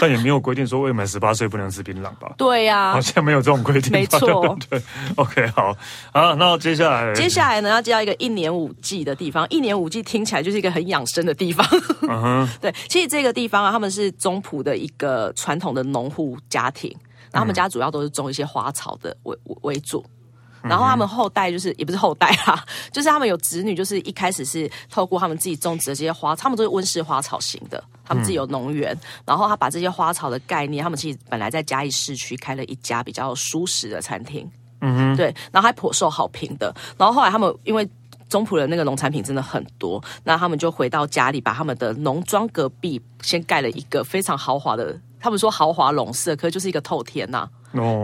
Speaker 1: 但也没有规定说未满十八岁不能吃槟榔吧。
Speaker 2: 对呀、
Speaker 1: 好像没有这种规定吧，
Speaker 2: 啊没错
Speaker 1: 对，OK，好，好，那接下来，
Speaker 2: 接下来呢，要介绍一个一年五季的地方。一年五季听起来就是一个很养生的地方。 对，其实这个地方啊，他们是中埔的一个传统的农户家庭，然后他们家主要都是种一些花草的为为为主。然后他们后代就是也不是后代啦、 就是他们有子女，就是一开始是透过他们自己种植的这些花，他们都是温室花草型的，他们自己有农园，然后他把这些花草的概念，他们其实本来在嘉义市区开了一家比较舒适的餐厅，嗯哼，对，然后还颇受好评的。然后后来他们因为中埔的那个农产品真的很多，那他们就回到家里，把他们的农庄隔壁先盖了一个非常豪华的，他们说豪华笼舍，可是就是一个透天呐、
Speaker 1: 哦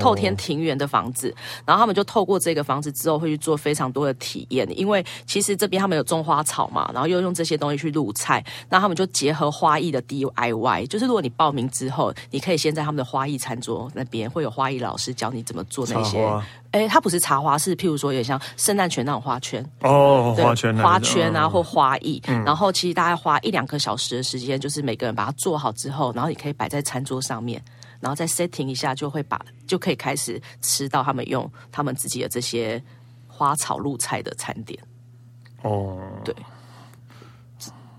Speaker 2: 透天庭园的房子，然后他们就透过这个房子之后会去做非常多的体验，因为其实这边他们有种花草嘛，然后又用这些东西去入菜，那他们就结合花艺的 DIY，就是如果你报名之后，你可以先在他们的花艺餐桌那边会有花艺老师教你怎么做那些
Speaker 1: 插花，
Speaker 2: 哎，它不是茶花，是譬如说有点像圣诞圈那种花圈，
Speaker 1: 哦，
Speaker 2: 对
Speaker 1: 花圈来着，
Speaker 2: 花圈啊，
Speaker 1: 嗯
Speaker 2: 或花艺。然后其实大概花一两个小时的时间，就是每个人把它做好之后，然后你可以摆在餐桌上面，然后再 setting 一下，就会把就可以开始吃到他们用他们自己的这些花草入菜的餐点。
Speaker 1: 哦，
Speaker 2: 对，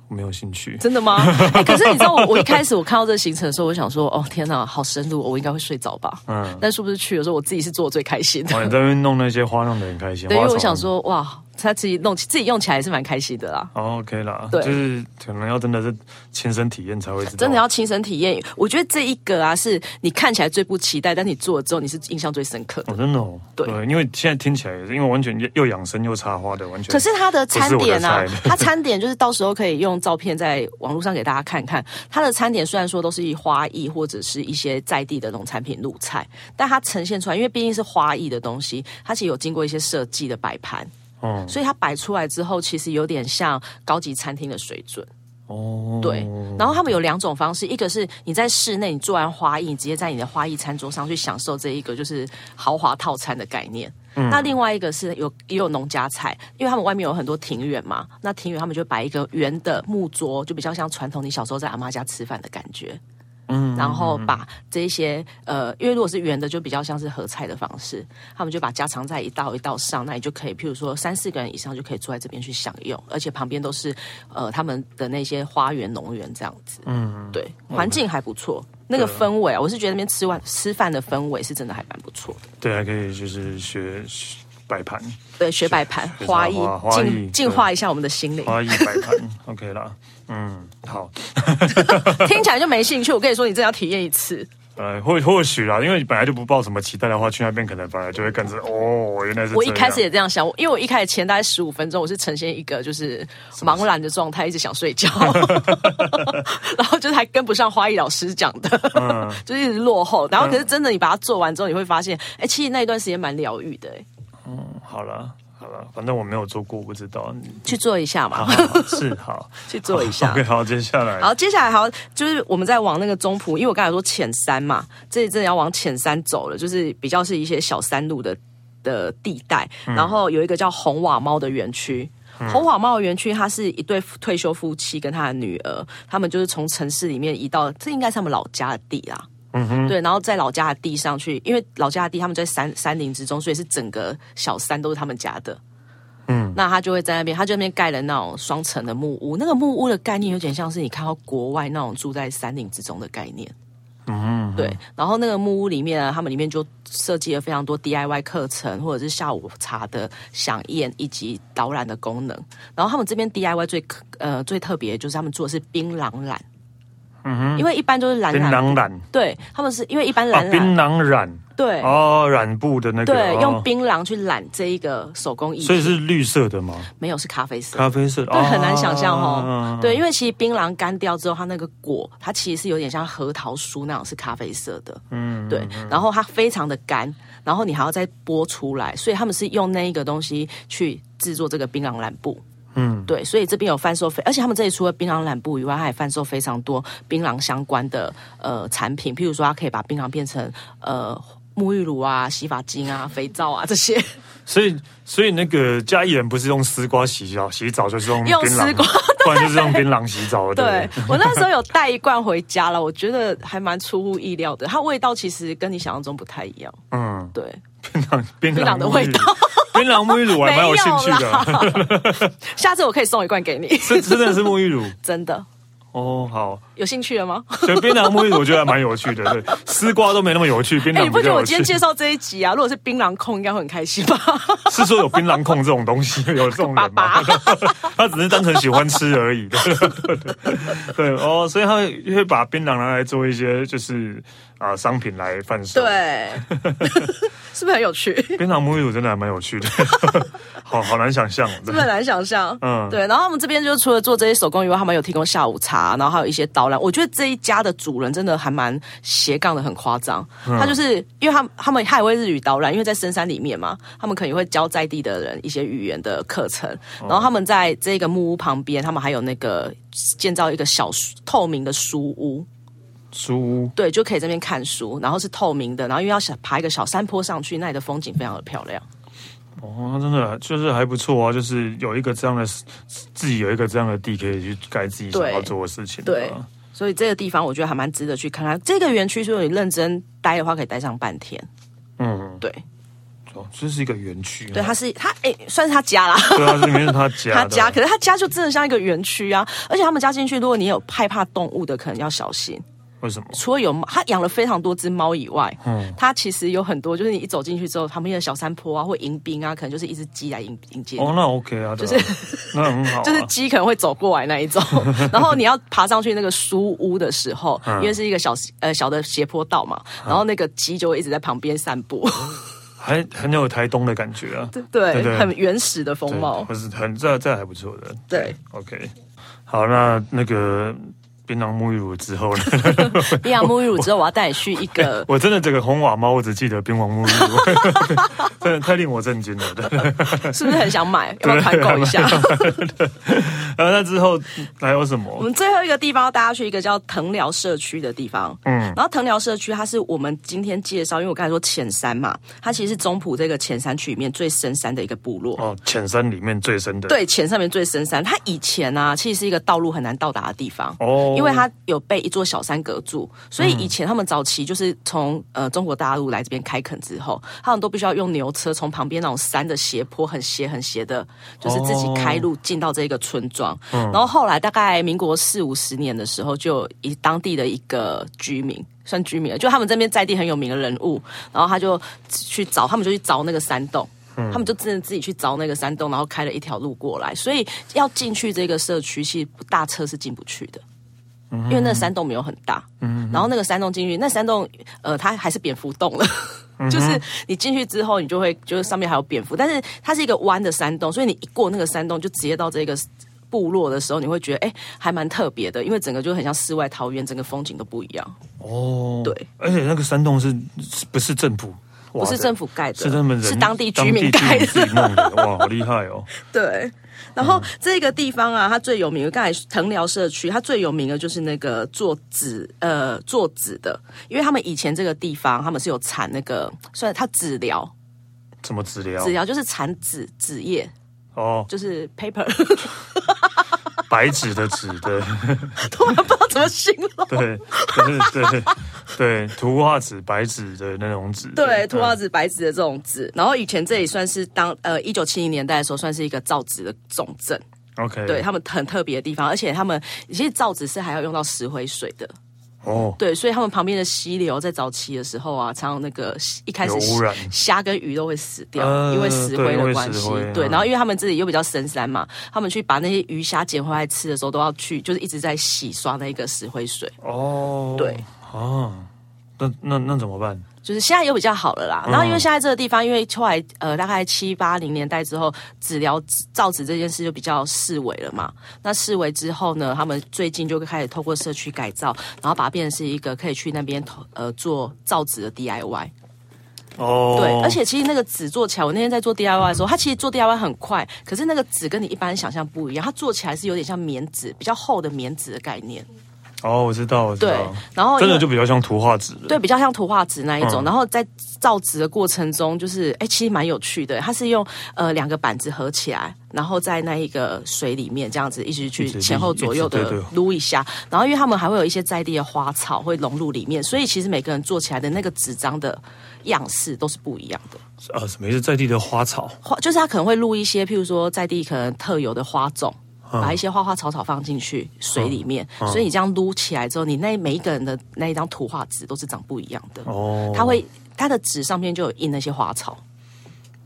Speaker 1: 没有兴趣。
Speaker 2: 真的吗？ 哎可是你知道我，我一开始我看到这个行程的时候，我想说，哦天哪，好深入，我应该会睡着吧？
Speaker 1: 嗯
Speaker 2: 嗯，但是不是去的时候，我自己是做的最开心的。
Speaker 1: 哦哇，你在那边弄那些花弄得很开心。
Speaker 2: 对，因为
Speaker 1: 花
Speaker 2: 我
Speaker 1: 丛
Speaker 2: 想说，哇，他自己弄起自己用起来还是蛮开心的啦。
Speaker 1: 哦，OK 啦，
Speaker 2: 对
Speaker 1: 就是可能要真的是亲身体验才会知道，
Speaker 2: 真的要亲身体验，我觉得这一个啊，是你看起来最不期待，但你做了之后你是印象最深刻的。
Speaker 1: 哦，真的哦，
Speaker 2: 对
Speaker 1: 因为现在听起来也是，因为完全又养生又插花的，完全
Speaker 2: 可是它的餐点啊
Speaker 1: 不是我的菜，
Speaker 2: 它餐点就是到时候可以用照片在网络上给大家看看。它的餐点虽然说都是以花艺或者是一些在地的农产品入菜，但它呈现出来，因为毕竟是花艺的东西，它其实有经过一些设计的摆盘，
Speaker 1: 嗯
Speaker 2: 所以它摆出来之后，其实有点像高级餐厅的水准。
Speaker 1: 哦，
Speaker 2: 对，然后他们有两种方式，一个是你在室内，你做完花艺，你直接在你的花艺餐桌上去享受这一个就是豪华套餐的概念。那另外一个是有也有农家菜，因为他们外面有很多庭园嘛，那庭园他们就摆一个圆的木桌，就比较像传统你小时候在阿妈家吃饭的感觉。嗯，然后把这一些呃，因为如果是圆的，就比较像是合菜的方式，他们就把家常菜一道一道上，那你就可以，譬如说三四个人以上就可以坐在这边去享用，而且旁边都是呃他们的那些花园、农园这样子。嗯，对，环境还不错，那个氛围啊，我是觉得那边吃完吃饭的氛围是真的还蛮不错的。
Speaker 1: 对，还可以就是学学摆盘，
Speaker 2: 对，学摆盘、
Speaker 1: 学
Speaker 2: 花
Speaker 1: 插
Speaker 2: 艺
Speaker 1: 花花，艺
Speaker 2: 净净
Speaker 1: 对
Speaker 2: 化一下我们的心灵。
Speaker 1: 花艺摆盘，OK 啦，嗯，好，
Speaker 2: 听起来就没兴趣，我跟你说，你真的要体验一次。
Speaker 1: 呃，或或许啦，因为本来就不抱什么期待的话，去那边可能本来就会跟着哦，原来是
Speaker 2: 我
Speaker 1: 这
Speaker 2: 一
Speaker 1: 样
Speaker 2: 开始也这样想，我因为我一开始前大概十五分钟，我是呈现一个就是茫然的状态，一直 想睡觉，然后就是还跟不上花艺老师讲的，
Speaker 1: 嗯
Speaker 2: 就是一直落后。然后可是真的，你把它做完之后，你会发现，哎、其实那一段时间蛮疗愈的、哎
Speaker 1: 好了。好了，反正我没有做过，我不知 道。
Speaker 2: 去做一下嘛
Speaker 1: 好，好好是好，
Speaker 2: 去做一下
Speaker 1: OK，。好，接下来，
Speaker 2: 好，接下来好，就是我们再往那个中埔，因为我刚才说浅山嘛，这里真的要往浅山走了，就是比较是一些小山路的的地带，然后有一个叫红瓦猫的园区。红瓦猫的园区，它是一对退休夫妻跟他的女儿，他们就是从城市里面移到，这应该是他们老家的地啦。对，然后在老家的地上去，因为老家的地他们在山山林之中，所以是整个小山都是他们家的。嗯，那他就会在那边，他就在那边盖了那种双层的木屋。那个木屋的概念有点像是你看到国外那种住在山林之中的概念。嗯，对。然后那个木屋里面啊，他们里面就设计了非常多 DIY 课程，或者是下午茶的飨宴以及导览的功能。然后他们这边 DIY 最可呃最特别的就是他们做的是槟榔染。嗯哼，因为一般都是染
Speaker 1: 槟
Speaker 2: 染
Speaker 1: 榔染
Speaker 2: 对，他们是因为一般
Speaker 1: 啊
Speaker 2: 染，染，
Speaker 1: 槟榔染
Speaker 2: 对、
Speaker 1: 哦，染布的那个，
Speaker 2: 对，用
Speaker 1: 哦
Speaker 2: 槟榔去染这一个手工艺，
Speaker 1: 所以是绿色的吗？
Speaker 2: 没有是咖啡色。
Speaker 1: 咖啡色，
Speaker 2: 对，很难想象哦
Speaker 1: 哦。。
Speaker 2: 对，因为其实槟榔干掉之后，它那个果，它其实是有点像核桃酥那种，是咖啡色的。嗯，对。然后它非常的干，然后你还要再剥出来，所以他们是用那一个东西去制作这个槟榔染布。嗯，对，所以这边有贩售非，而且他们这里除了槟榔染布以外，它还贩售非常多槟榔相关的呃产品，譬如说，它可以把槟榔变成呃沐浴乳啊、洗发精啊、肥皂啊这些。
Speaker 1: 所以所以那个嘉义人不是用丝瓜洗澡，洗澡就是用
Speaker 2: 用
Speaker 1: 槟榔
Speaker 2: 丝瓜，
Speaker 1: 不然就是用槟榔洗澡的。
Speaker 2: 对
Speaker 1: 对
Speaker 2: 我那时候有带一罐回家了，我觉得还蛮出乎意料的。它味道其实跟你想象中不太一样。
Speaker 1: 嗯，
Speaker 2: 对，
Speaker 1: 槟榔槟
Speaker 2: 榔的味道
Speaker 1: 沐浴乳，槟榔沐浴乳我还蛮有兴趣 的，
Speaker 2: 下次我可以送一罐给你，
Speaker 1: 这真的是沐浴乳
Speaker 2: 真的
Speaker 1: 哦。好，
Speaker 2: 有兴趣了吗？
Speaker 1: 所以槟榔沐浴乳我觉得还蛮有趣的，对，丝瓜都没那么有趣，槟
Speaker 2: 哎、
Speaker 1: 榔
Speaker 2: 你
Speaker 1: 比
Speaker 2: 不觉
Speaker 1: 较
Speaker 2: 得我
Speaker 1: 有
Speaker 2: 今
Speaker 1: 趣
Speaker 2: 天。介绍这一集啊？如果是槟榔控，应该会很开心 吧？
Speaker 1: 是说有槟榔控这种东西，有这 种人吗？
Speaker 2: 爸
Speaker 1: 他只是单纯喜欢吃而已。 对对对对哦，所以他会会把槟榔拿来做一些就是啊、商品来贩售。，
Speaker 2: 对， 是不是很有 趣？
Speaker 1: 槟榔沐浴乳真的还蛮有趣的， 好好难想 象哦。真
Speaker 2: 是不是
Speaker 1: 的
Speaker 2: 很难想象？
Speaker 1: 嗯
Speaker 2: 嗯，对。然后他们这边就除了做这些手工以外，他们有提供下午茶，然后还有一些导览。我觉得这一家的主人真的还蛮斜杠的，很夸张。他就是因为他们他们他也会日语导览，因为在深山里面嘛，他们可能也会教在地的人一些语言的课程。然后他们在这个木屋旁边，他们还有那个建造一个小书透明的书屋。
Speaker 1: 书
Speaker 2: 对，就可以这边看书，然后是透明的，然后因为要小爬一个小山坡上去，那里的风景非常的漂亮。
Speaker 1: 哦，真的就是还不错啊，就是有一个这样的自己有一个这样的地可以去盖自己想要
Speaker 2: 对
Speaker 1: 做的事情、啊。
Speaker 2: 对所以这个地方我觉得还蛮值得去看看。这个园区，如果你认真待的话，可以待上半天。
Speaker 1: 嗯，
Speaker 2: 对，
Speaker 1: 哦，这是一个园区、啊，
Speaker 2: 对，它是它哎、算是他家啦。
Speaker 1: 对啊，这里面是他家的，
Speaker 2: 他家，可是他家就真的像一个园区啊！而且他们家进去，如果你有害怕动物的，可能要小心。
Speaker 1: 为什么？
Speaker 2: 除了有猫，他养了非常多只猫以外，嗯，他其实有很多，就是你一走进去之后，旁边的小山坡啊，或迎宾啊，可能就是一只鸡来迎迎接你。
Speaker 1: 哦，那 OK 啊，就是那很好、啊，
Speaker 2: 就是鸡可能会走过来那一 种，然后你要爬上去那个书屋的时候，因为是一个小呃小的斜坡道嘛，然后那个鸡就会一直在旁边散步，
Speaker 1: 还很有台东的感觉啊，
Speaker 2: 嗯
Speaker 1: 对
Speaker 2: 对
Speaker 1: 对
Speaker 2: 对， 很原始的风貌
Speaker 1: 不，是很这这还不错的。
Speaker 2: 对，
Speaker 1: OK，好，那那个槟榔沐浴乳之后呢？
Speaker 2: 冰洋沐浴乳之后，我要带你去一 个
Speaker 1: 我真的这个红瓦猫，我只记得槟榔沐浴乳， 真的太令我震惊了。 对，
Speaker 2: 是不是很想 买？要不要团购一下？
Speaker 1: 然后那之后还有什
Speaker 2: 我
Speaker 1: 么？
Speaker 2: 们最后一个地方要大家去一个叫藤寮社区的地方。嗯，然后藤寮社区它是我们今天介绍，因为我刚才说浅山嘛，它其实是中埔这个浅山区里面最深山的一个部落。
Speaker 1: 哦，浅山里面最深的，，
Speaker 2: 对，浅山里面最深山，它以前啊，其实是一个道路很难到达的地方。
Speaker 1: 哦
Speaker 2: 因为它有被一座小山隔住，所以以前他们早期就是从呃中国大陆来这边开垦之后，他们都必须要用牛车从旁边那种山的斜坡很斜很斜的，就是自己开路进到这个村庄。然后后来大概民国四五十年的时候，就有一当地的一个居民。算居民了，就他们这边在地很有名的人物，然后他就去找，他们就去凿那个山洞，他们就真的自己去凿那个山洞，然后开了一条路过来，所以要进去这个社区，其实大车是进不去的。因为那个山洞没有很大，然后那个山洞进去，那山洞呃，它还是蝙蝠洞了， 就是你进去之后，你就会就是上面还有蝙蝠，但是它是一个弯的山洞，所以你一过那个山洞，就直接到这个部落的时候，你会觉得哎、还蛮特别的，因为整个就很像世外桃源，整个风景都不一样，
Speaker 1: 哦，
Speaker 2: 对，
Speaker 1: 而且那个山洞是是不是政府？不
Speaker 2: 不是政府盖的，
Speaker 1: 是他们人
Speaker 2: 是当地居民盖
Speaker 1: 当地居
Speaker 2: 的
Speaker 1: 民自己，弄的，哇，好厉害哦！
Speaker 2: 对。然后这个地方啊，它最有名的，刚才藤寮社区，它最有名的就是那个做纸，呃，做纸的，因为他们以前这个地方，他们是有产那个，算它纸疗，
Speaker 1: 怎么治疗
Speaker 2: 纸？疗就是产纸纸业，
Speaker 1: 哦，
Speaker 2: 就是 paper，
Speaker 1: 白纸的纸，对，
Speaker 2: 突然不知道怎么形容。
Speaker 1: 对，就是对对，图画纸、白纸的那种纸，嗯
Speaker 2: 对，图画
Speaker 1: 纸，
Speaker 2: 纸、白纸的这种纸，然后以前这里算是当呃一九七零年代的时候，算是一个造纸的重镇，
Speaker 1: 嗯 OK，
Speaker 2: 对，他们很特别的地方，而且他们其实造纸是还要用到石灰水的，
Speaker 1: 哦，
Speaker 2: 对，所以他们旁边的溪流在早期的时候啊，常常那个一开始
Speaker 1: 有污染
Speaker 2: 虾跟鱼都会死掉，
Speaker 1: 呃
Speaker 2: 因为石灰
Speaker 1: 对因为
Speaker 2: 的关
Speaker 1: 石
Speaker 2: 系
Speaker 1: 灰。嗯
Speaker 2: 对，然后因为他们自己又比较深山嘛，他们去把那些鱼虾捡回来吃的时候，都要去就是一直在洗刷那个石灰水。
Speaker 1: 哦，
Speaker 2: 对，
Speaker 1: 啊，那那那怎么办？
Speaker 2: 就是现在又比较好了啦。然
Speaker 1: 嗯
Speaker 2: 后因为现在这个地方，因为后来呃大概七八零年代之后，纸疗造纸这件事就比较式微了嘛。那式微之后呢，他们最近就开始透过社区改造，然后把它变成是一个可以去那边投呃做造纸的 DIY。
Speaker 1: 哦，
Speaker 2: 对，而且其实那个纸做起来，我那天在做 DIY 的时候，它其实做 DIY 很快，可是那个纸跟你一般想象不一样，它做起来是有点像棉纸，比较厚的棉纸的概念。
Speaker 1: 哦，我知道，我知
Speaker 2: 对
Speaker 1: 道，，
Speaker 2: 然后因
Speaker 1: 真
Speaker 2: 为
Speaker 1: 的就比较像图画纸了，
Speaker 2: 对，比较像图画纸那一
Speaker 1: 嗯
Speaker 2: 种。然后在造纸的过程中，就是哎、诶其实蛮有趣的。它是用呃两个板子合起来，然后在那一个水里面这样子一直去
Speaker 1: 一直
Speaker 2: 前后左右
Speaker 1: 一直对
Speaker 2: 的
Speaker 1: 对
Speaker 2: 撸一下。然后因为他们还会有一些在地的花草会融入里面，所以其实每个人做起来的那个纸张的样式都是不一样的。
Speaker 1: 啊，什么意思？在地的花草，
Speaker 2: 花，就是他可能会录一些，譬如说在地可能特有的花种。
Speaker 1: 嗯
Speaker 2: 把一些花花草草放进去水里面，所以你这样撸起来之后，你那每一个人的那一张图画纸都是长不一样的。
Speaker 1: 哦，
Speaker 2: 它会它的纸上面就有印那些花草。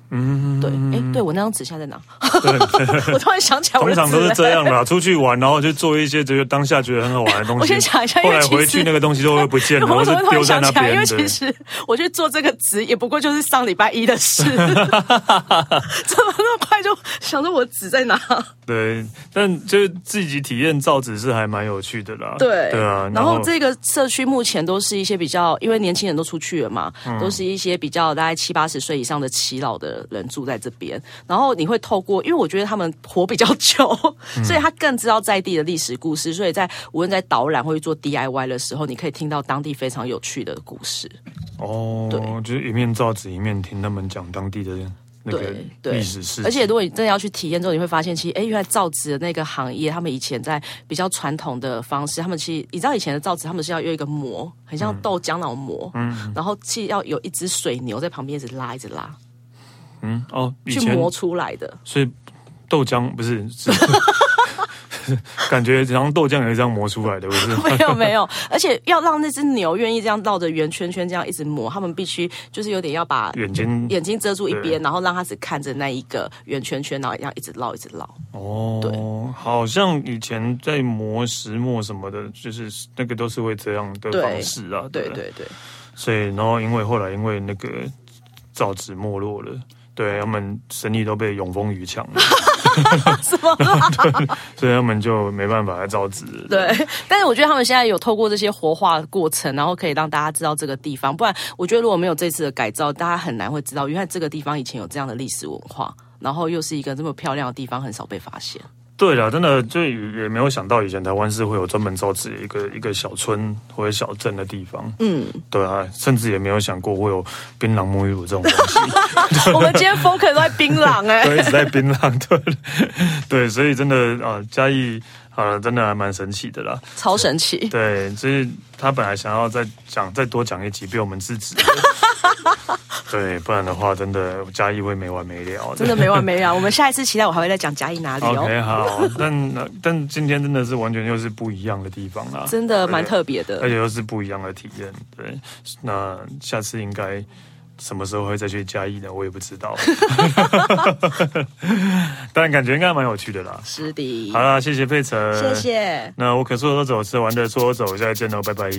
Speaker 2: 嗯，对，哎、对我那张纸现在在哪？ 我突然想起来哦
Speaker 1: 通
Speaker 2: 我的
Speaker 1: 常都
Speaker 2: 纸
Speaker 1: 是
Speaker 2: 了。
Speaker 1: 这样啦，出去玩，然后就做一些觉得当下觉得很好玩的东西。
Speaker 2: 我先想一下
Speaker 1: 后
Speaker 2: 因为
Speaker 1: 来
Speaker 2: 其实
Speaker 1: 回去那个东西都会不见了，
Speaker 2: 我
Speaker 1: 或
Speaker 2: 为什
Speaker 1: 是
Speaker 2: 么突
Speaker 1: 丢在
Speaker 2: 然想
Speaker 1: 那
Speaker 2: 起来？因
Speaker 1: 边
Speaker 2: 为其
Speaker 1: 的。
Speaker 2: 实我去做这个纸，也不过就是上礼拜一的 事， 怎么那么快就想着我的纸在哪？
Speaker 1: 对，但就是自己体验造纸是还蛮有趣的啦。
Speaker 2: 对，
Speaker 1: 对啊，
Speaker 2: 然后这个社区目前都是一些比较，因为年轻人都出去了嘛，都是一些比较大概七八十岁以上的耆老的人住在这边。然后你会透过，因为我觉得他们活比较久，所以他更知道在地的历史故事。所以在无论在导览或者做 DIY 的时候，你可以听到当地非常有趣的故事。
Speaker 1: 哦，
Speaker 2: 对
Speaker 1: 就是一面造纸一面听他们讲当地的那个
Speaker 2: 对对
Speaker 1: 历史事情，
Speaker 2: 而且如果你真的要去体验之后，你会发现，其实哎，原来造纸的那个行业，他们以前在比较传统的方式，他们其实你知道以前的造纸，他们是要用一个
Speaker 1: 嗯
Speaker 2: 模，很像豆浆那种模，然后其实要有一只水牛在旁边一直拉一直拉。
Speaker 1: 嗯，哦，以
Speaker 2: 去
Speaker 1: 前
Speaker 2: 磨出 来的。
Speaker 1: 所以豆浆不是， 是感觉好像豆浆也是这样磨出来的，不 是？
Speaker 2: 没有没有，而且要让那只牛愿意这样绕着圆圈圈这样一直磨，他们必须就是有点要把
Speaker 1: 眼睛
Speaker 2: 眼睛遮住一
Speaker 1: 嗯对
Speaker 2: 边，然后让它只看着那一个圆圈圈，然后要一直绕一直绕。
Speaker 1: 哦，好像以前在磨石磨什么的，就是那个都是会这样的
Speaker 2: 对
Speaker 1: 方式啊，
Speaker 2: 对
Speaker 1: 不
Speaker 2: 对对，
Speaker 1: 所以，然后因为后来因为那个造纸没落了，对他们生意都被永丰鱼抢了，
Speaker 2: 什么啦？
Speaker 1: 所以他们就没办法来造纸了。
Speaker 2: 对，但是我觉得他们现在有透过这些活化的过程，然后可以让大家知道这个地方。不然，我觉得如果没有这次的改造，大家很难会知道原来这个地方以前有这样的历史文化，然后又是一个这么漂亮的地方，很少被发 现。
Speaker 1: 对了，真的就也没有想到以前台湾是会有专门造纸的一个一个小村或者小镇的地方。嗯，对啊，甚至也没有想过会有槟榔沐浴乳这种东 西。
Speaker 2: 我们今天 focus 都在槟榔哎、
Speaker 1: 对，一直在槟榔，对 对，所以真的啊，嘉义好了，真的还蛮神奇的啦。
Speaker 2: 超神奇。
Speaker 1: 对，所以他本来想要再讲再多讲一集，被我们制 止了。对，不然的话，真的嘉义会没完没了的。
Speaker 2: 真的没完没了，我们下一次期待我还会再讲嘉义哪里哦
Speaker 1: OK，好，但呃但今天真的是完全又是不一样的地方啦，
Speaker 2: 真的蛮
Speaker 1: 对
Speaker 2: 特别的
Speaker 1: 而。且又是不一样的体验。对，那下次应该什么时候会再去嘉义呢？我也不知 道， 但感觉应该蛮有趣的啦。
Speaker 2: 是的
Speaker 1: 好，啦，谢谢佩晨，
Speaker 2: 谢。谢。
Speaker 1: 那我可说走走，吃玩的说走，下次见喽，拜拜。